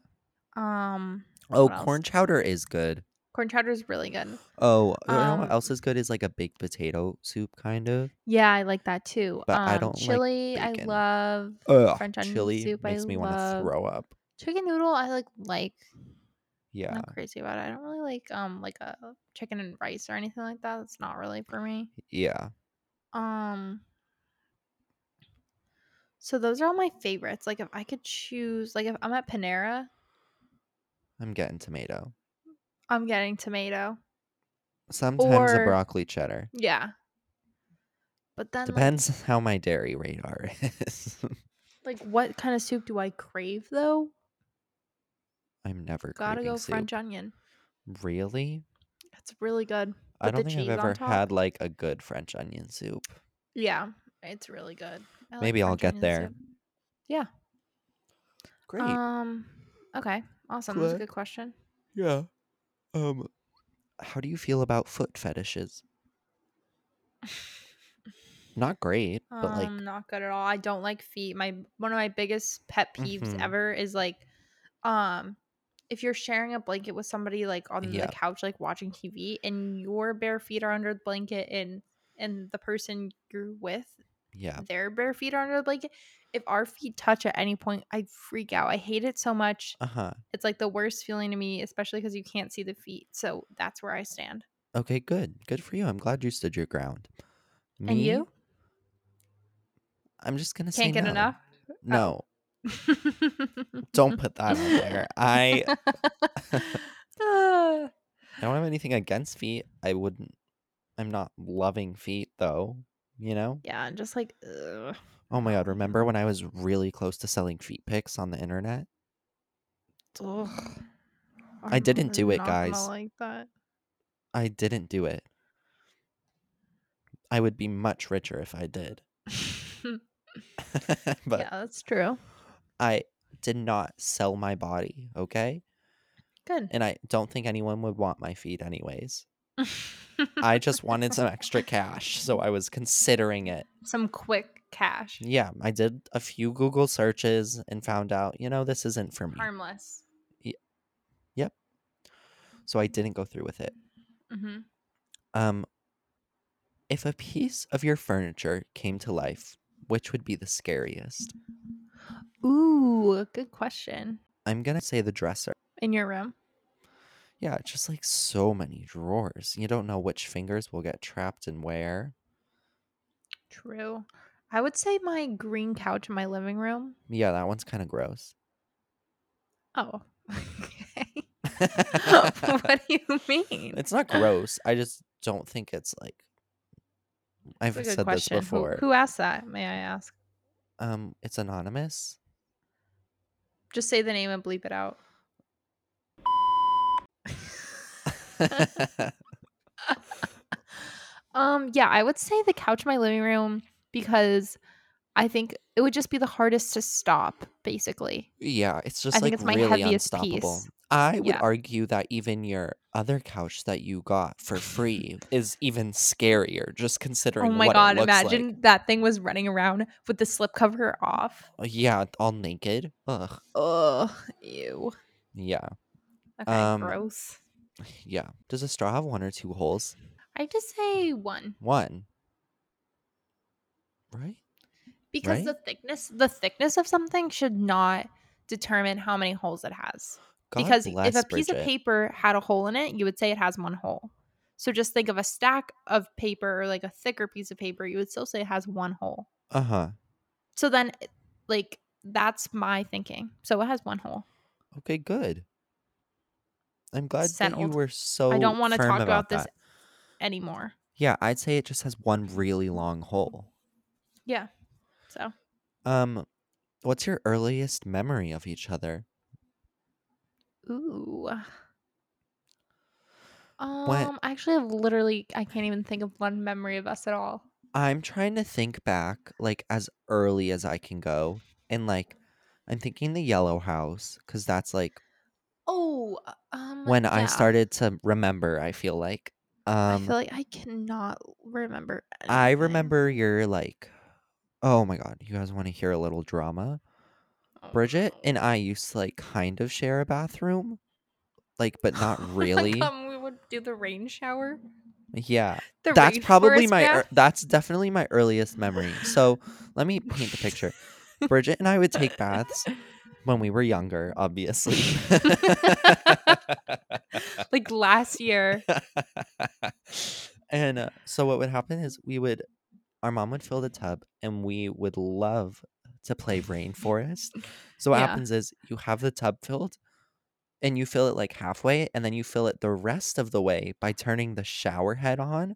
S2: Um,
S1: Oh,
S2: else?
S1: corn chowder is good.
S2: corn chowder is really good.
S1: Oh, you know what
S2: Um,
S1: else is good is like a baked potato soup kind of.
S2: Yeah, I like that too.
S1: But
S2: um,
S1: I don't like
S2: chili. I
S1: bacon. Oh.
S2: love
S1: Ugh,
S2: French onion
S1: chili
S2: soup.
S1: makes
S2: I
S1: me want to
S2: love
S1: throw up.
S2: chicken noodle. I like like
S1: Yeah.
S2: not crazy about it. I don't really like um like a chicken and rice or anything like that. It's not really for me.
S1: Yeah.
S2: Um So those are all my favorites. Like if I could choose like if I'm at Panera,
S1: I'm getting tomato.
S2: I'm getting tomato.
S1: Sometimes a
S2: Or-
S1: broccoli cheddar.
S2: Yeah. But then like,
S1: Depends how my dairy radar is.
S2: like what kind of soup do I crave though?
S1: I'm never
S2: Gotta
S1: craving
S2: go
S1: soup.
S2: French onion.
S1: Really?
S2: It's really good.
S1: I
S2: With the
S1: don't think I've
S2: cheese on
S1: ever
S2: top.
S1: had like a good French onion soup.
S2: Yeah. It's really good. I like
S1: Maybe I'll
S2: French
S1: get
S2: onion
S1: there.
S2: soup. Yeah.
S1: Great.
S2: Um okay. Awesome. That's a
S1: Cool.
S2: good question.
S1: yeah. Um how do you feel about foot fetishes? Not great,
S2: Um,
S1: but like
S2: not good at all. I don't like feet. My one of my biggest pet peeves
S1: Mhm.
S2: ever is like, um, if you're sharing a blanket with somebody like on
S1: Yeah.
S2: the couch, like watching TV, and your bare feet are under the blanket, and and the person you're with,
S1: yeah.
S2: their bare feet are under the blanket. If our feet touch at any point, I freak out. I hate it so much.
S1: Uh-huh.
S2: It's like the worst feeling to me, especially because you can't see the feet. So that's where I stand.
S1: Okay, good. Good for you. I'm glad you stood your ground. Me,
S2: and you
S1: I'm just gonna say
S2: can't get
S1: no.
S2: enough. Oh.
S1: No. Don't put that on there. I
S2: Ah.
S1: I don't have anything against feet. I wouldn't. I'm not loving feet though. You know.
S2: yeah, and just like ugh.
S1: Oh my god! Remember when I was really close to selling feet pics on the internet?
S2: Ugh.
S1: I didn't do it,
S2: not gonna
S1: guys.
S2: Like that.
S1: I didn't do it. I would be much richer if I did. but
S2: yeah, that's true.
S1: I did not sell my body, okay?
S2: Good.
S1: And I don't think anyone would want my feet anyways. I just wanted some extra cash, so I was considering it.
S2: some quick cash.
S1: Yeah, I did a few Google searches and found out, you know, this isn't for me.
S2: Harmless.
S1: So I didn't go through with it.
S2: hmm
S1: Um if a piece of your furniture came to life, which would be the scariest?
S2: Ooh, good question.
S1: I'm going to say the dresser.
S2: In your room.
S1: Yeah, it's just like so many drawers. You don't know which fingers will get trapped and where.
S2: True. I would say my green couch in my living room.
S1: Yeah, that one's kind of gross.
S2: Oh. okay. what do you mean?
S1: It's not gross. I just don't think it's like I've
S2: That's a
S1: said
S2: good question.
S1: this before.
S2: Who, who asked that? May I ask?
S1: Um, it's anonymous.
S2: Just say the name and bleep it out. Um, yeah, I would say the couch in my living room because I think it would just be the hardest to stop, basically.
S1: yeah, it's just
S2: I think
S1: like
S2: it's my
S1: really
S2: heaviest
S1: unstoppable.
S2: piece.
S1: I would
S2: Yeah.
S1: argue that even your other couch that you got for free is even scarier, just
S2: Oh
S1: considering
S2: my
S1: what
S2: god,
S1: it looks
S2: imagine that thing was running around with the slipcover off.
S1: like. Uh, Yeah, all naked. Ugh.
S2: Ugh, ew.
S1: Yeah.
S2: Okay,
S1: Um,
S2: gross.
S1: Yeah. Does a straw have one or two holes?
S2: I just say one
S1: One. Right?
S2: because
S1: right?
S2: the thickness the thickness of something should not determine how many holes it has.
S1: God
S2: because if
S1: bless
S2: a piece of
S1: Bridget.
S2: paper had a hole in it, you would say it has one hole. So just think of a stack of paper or like a thicker piece of paper, you would still say it has one hole.
S1: Uh-huh.
S2: So then eh, like that's my thinking. So it has one hole.
S1: Okay, good. I'm glad that you
S2: Settled.
S1: were so
S2: I don't want to
S1: firm
S2: talk
S1: about
S2: about this
S1: that.
S2: anymore.
S1: Yeah, I'd say it just has one really long hole.
S2: Yeah. So
S1: Um what's your earliest memory of each other?
S2: ooh. Um I actually have literally I can't even think of one memory of us at all.
S1: I'm trying to think back like as early as I can go and like I'm thinking the yellow house cuz that's like
S2: Oh, uh, um
S1: when I
S2: yeah.
S1: started to remember, I feel like.
S2: I
S1: Um
S2: feel like I cannot remember
S1: I
S2: anything.
S1: remember your like oh my god, you guys want to hear a little drama?
S2: Oh,
S1: Bridget
S2: no.
S1: and I used to like kind of share a bathroom, like but not
S2: Oh my
S1: really.
S2: God, we would do the rain shower.
S1: yeah,
S2: The
S1: that's probably
S2: rainforest
S1: my ear
S2: bath?
S1: that's definitely my earliest memory. So let me paint the picture. Bridget and I would take baths when we were younger, obviously.
S2: like last year.
S1: and uh, so what would happen is we would our mom would fill the tub and we would love to play rainforest so what
S2: Yeah.
S1: happens is you have the tub filled and you fill it like halfway and then you fill it the rest of the way by turning the shower head on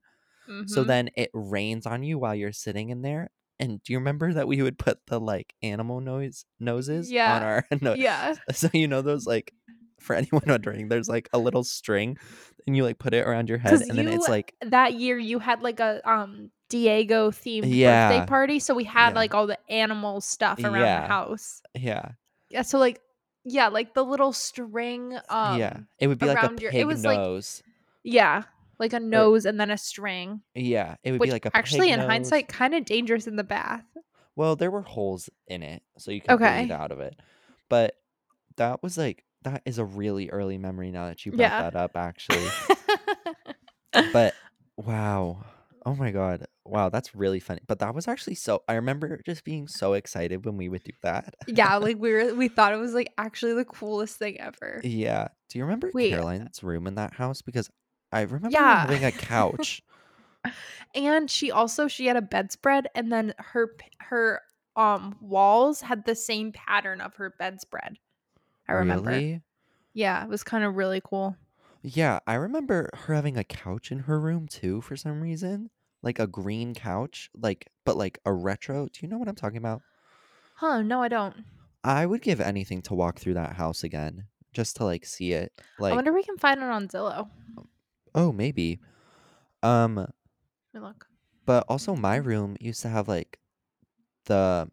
S1: so
S2: Mhm.
S1: then it rains on you while you're sitting in there and do you remember that we would put the like animal noise noses on
S2: Yeah.
S1: our no,
S2: yeah.
S1: so you know those like for anyone wondering, there's like a little string, and you like put it around your head,
S2: 'Cause
S1: and then it's
S2: you-
S1: like
S2: That year you had like a um Diego themed
S1: Yeah.
S2: birthday party, so we had
S1: Yeah.
S2: like all the animal stuff around
S1: Yeah.
S2: the house.
S1: yeah,
S2: Yeah, so like yeah, like the little string um
S1: yeah. It would be like a
S2: around
S1: pig
S2: your- it was, like,
S1: nose.
S2: yeah, like a nose and then a string.
S1: yeah, it would
S2: Which
S1: be like a pig
S2: actually in
S1: nose.
S2: hindsight kind of dangerous in the bath.
S1: Well, there were holes in it, so you could breathe
S2: Okay.
S1: out of it. But that was like that is a really early memory. Now that you brought
S2: Yeah.
S1: that up, actually, but wow. Oh my god. Wow, that's really funny. But that was actually so I remember just being so excited when we would do that.
S2: yeah, like we were we thought it was like actually the coolest thing ever.
S1: Yeah. Do you remember
S2: Wait.
S1: Caroline's room in that house? Because I remember
S2: Yeah.
S1: having a couch.
S2: And she also she had a bedspread and then her p- her um walls had the same pattern of her bedspread. I remember.
S1: Really?
S2: Yeah, it was kind of really cool.
S1: Yeah, I remember her having a couch in her room too for some reason. Like a green couch, like but like a retro. Do you know what I'm talking about?
S2: Huh, no I don't.
S1: I would give anything to walk through that house again just to like see it. Like
S2: I wonder if we can find it on Zillow.
S1: oh, maybe. Um
S2: Let me look.
S1: but also my room used to have like the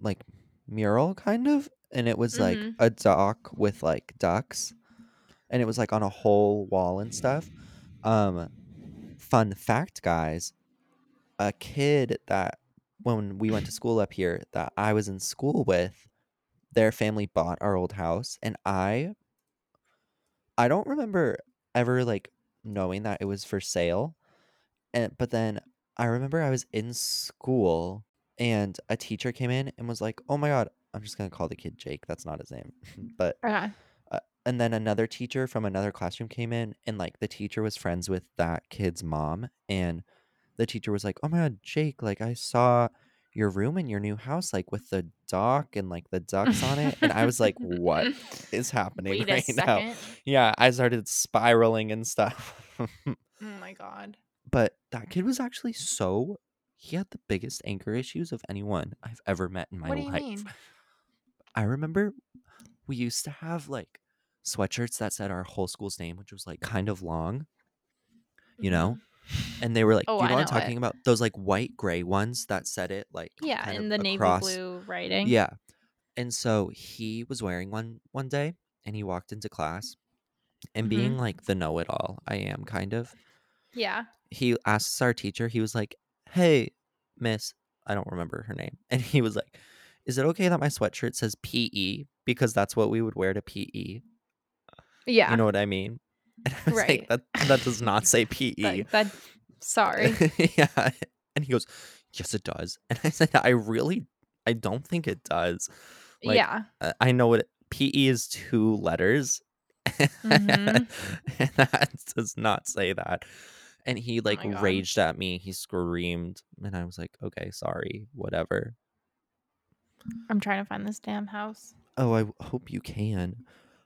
S1: like mural kind of and it was like
S2: Mhm.
S1: a dock with like ducks and it was like on a whole wall and stuff um fun fact guys a kid that when we went to school up here that i was in school with their family bought our old house and i i don't remember ever like knowing that it was for sale and but then I remember I was in school and a teacher came in and was like, "Oh my god, I'm just going to call the kid Jake. That's not his name." but
S2: Okay.
S1: and then another teacher from another classroom came in and like the teacher was friends with that kid's mom and the teacher was like, "Oh my god, Jake, like I saw your room in your new house like with the dock and like the ducks on it." And I was like, "What is happening
S2: Wait
S1: right
S2: a
S1: now?"
S2: second.
S1: Yeah, I started spiraling and stuff.
S2: Oh my god.
S1: but that kid was actually so he had the biggest anger issues of anyone I've ever met in my
S2: what do you
S1: life.
S2: mean?
S1: I remember we used to have like sweatshirts that said our whole school's name, which was like kind of long, you know? And they were like,
S2: Oh,
S1: do you
S2: I
S1: know what I'm
S2: know it.
S1: talking about? Those like white gray ones that said it like
S2: Yeah,
S1: kind
S2: in
S1: of
S2: the navy
S1: across-
S2: blue writing.
S1: Yeah. And so he was wearing one one day and he walked into class and
S2: Mhm.
S1: being like the know it all, I am kind of.
S2: Yeah.
S1: He asks our teacher, he was like, Hey, miss, I don't remember her name. And he was like, Is it okay that my sweatshirt says PE? Because that's what we would wear to PE.
S2: Yeah.
S1: You know what I mean? And I was
S2: Right.
S1: like, that, that does not say PE.
S2: Like that sorry.
S1: yeah. And he goes, Yes, it does. And I said, I really, I don't think it does. Like,
S2: yeah.
S1: uh, I know what it- PE is two letters. Mm-hmm.
S2: Mhm.
S1: and that does not say that. And he like
S2: my God.
S1: raged at me. He screamed. And I was like, okay, sorry, whatever.
S2: I'm trying to find this damn house.
S1: Oh, I w- hope you can.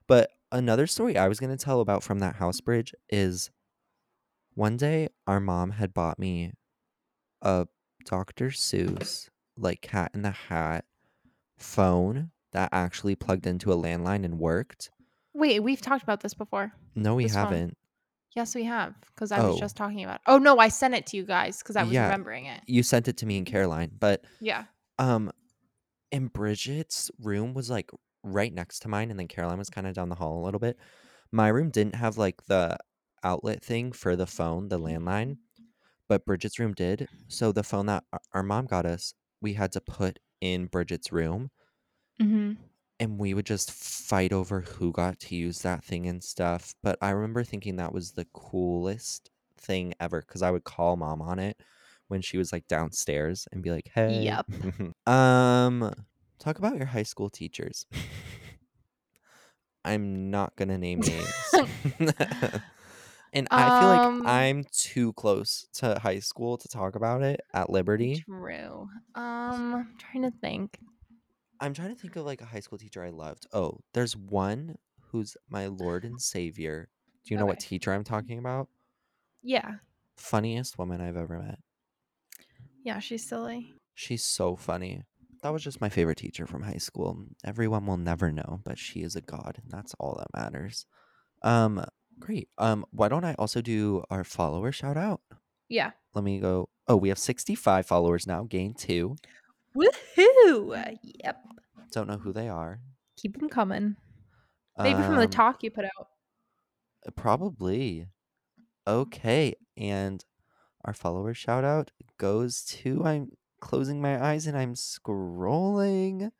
S1: But another story I was going to tell about from that house bridge is one day our mom had bought me a Dr. Seuss, like Cat in the Hat phone that actually plugged into a landline and worked.
S2: Wait, we've talked about this before.
S1: No, we
S2: This one.
S1: haven't.
S2: Yes, we have, because I was
S1: Oh.
S2: just talking about. Oh no, I sent it to you guys because I was
S1: Yeah.
S2: remembering it.
S1: You sent it to me and Caroline, but
S2: Yeah.
S1: um, and Bridget's room was like right next to mine, and then Caroline was kind of down the hall a little bit. My room didn't have like the outlet thing for the phone, the landline, but Bridget's room did. So the phone that our- our mom got us, we had to put in Bridget's room,
S2: Mm-hmm.
S1: and we would just fight over who got to use that thing and stuff. But I remember thinking that was the coolest thing ever because I would call mom on it when she was like downstairs and be like, "Hey,
S2: Yep.
S1: um, talk about your high school teachers." I'm not gonna name names, and I feel
S2: Um,
S1: like I'm too close to high school to talk about it at Liberty.
S2: True. Um, I'm trying to think.
S1: I'm trying to think of like a high school teacher I loved. Oh, there's one who's my Lord and Savior. Do you know what
S2: Okay.
S1: teacher I'm talking about?
S2: Yeah.
S1: Funniest woman I've ever met.
S2: Yeah, she's silly.
S1: She's so funny. That was just my favorite teacher from high school. Everyone will never know, but she is a god, and that's all that matters. Um, great. Um, why don't I also do our follower shout out?
S2: Yeah.
S1: Let me go. Oh, we have 65 followers now, gained two.
S2: Woohoo! Uh, Yep.
S1: Don't know who they are.
S2: Keep them coming. Maybe from the
S1: Um,
S2: talk you put out.
S1: Uh, Probably. Okay. And our follower shout out goes to I'm closing my eyes and I'm scrolling.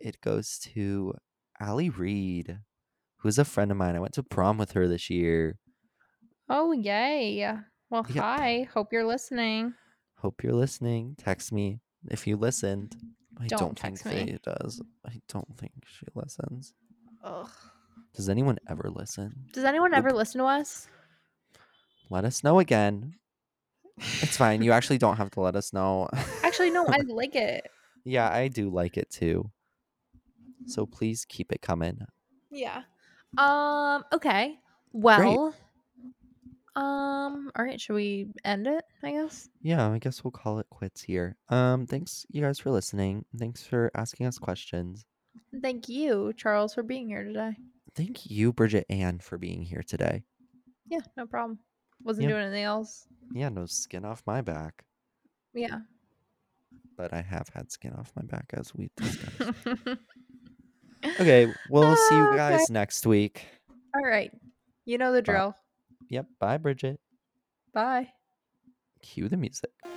S1: It goes to Allie Reed, who's a friend of mine. I went to prom with her this year.
S2: Oh yay! Well,
S1: Yep.
S2: hi. Hope you're listening.
S1: Hope you're listening. Text me if you listened. I
S2: Don't
S1: don't,
S2: text
S1: think
S2: me.
S1: Faye does. I don't think she listens.
S2: Ugh.
S1: Does anyone ever listen?
S2: Does anyone ever
S1: Nope.
S2: listen to us?
S1: Let us know again. It's fine. You actually don't have to let us know.
S2: Actually, no. I like it.
S1: Yeah, I do like it too. So please keep it coming.
S2: Yeah. Um. Okay. Well. Um. All right. Should we end it? I guess.
S1: Yeah, I guess we'll call it quits here. Um, thanks you guys for listening. Thanks for asking us questions.
S2: Thank you, Charles, for being here today.
S1: Thank you, Bridget Ann, for being here today.
S2: Yeah. No problem. Wasn't
S1: Yeah.
S2: doing anything else.
S1: Yeah, no skin off my back,
S2: Yeah.
S1: but I have had skin off my back as we discussed. okay, we'll see you
S2: Ah, Okay.
S1: guys next week.
S2: All right. You know the drill.
S1: Yep, bye, Bridget.
S2: Bye.
S1: Cue the music.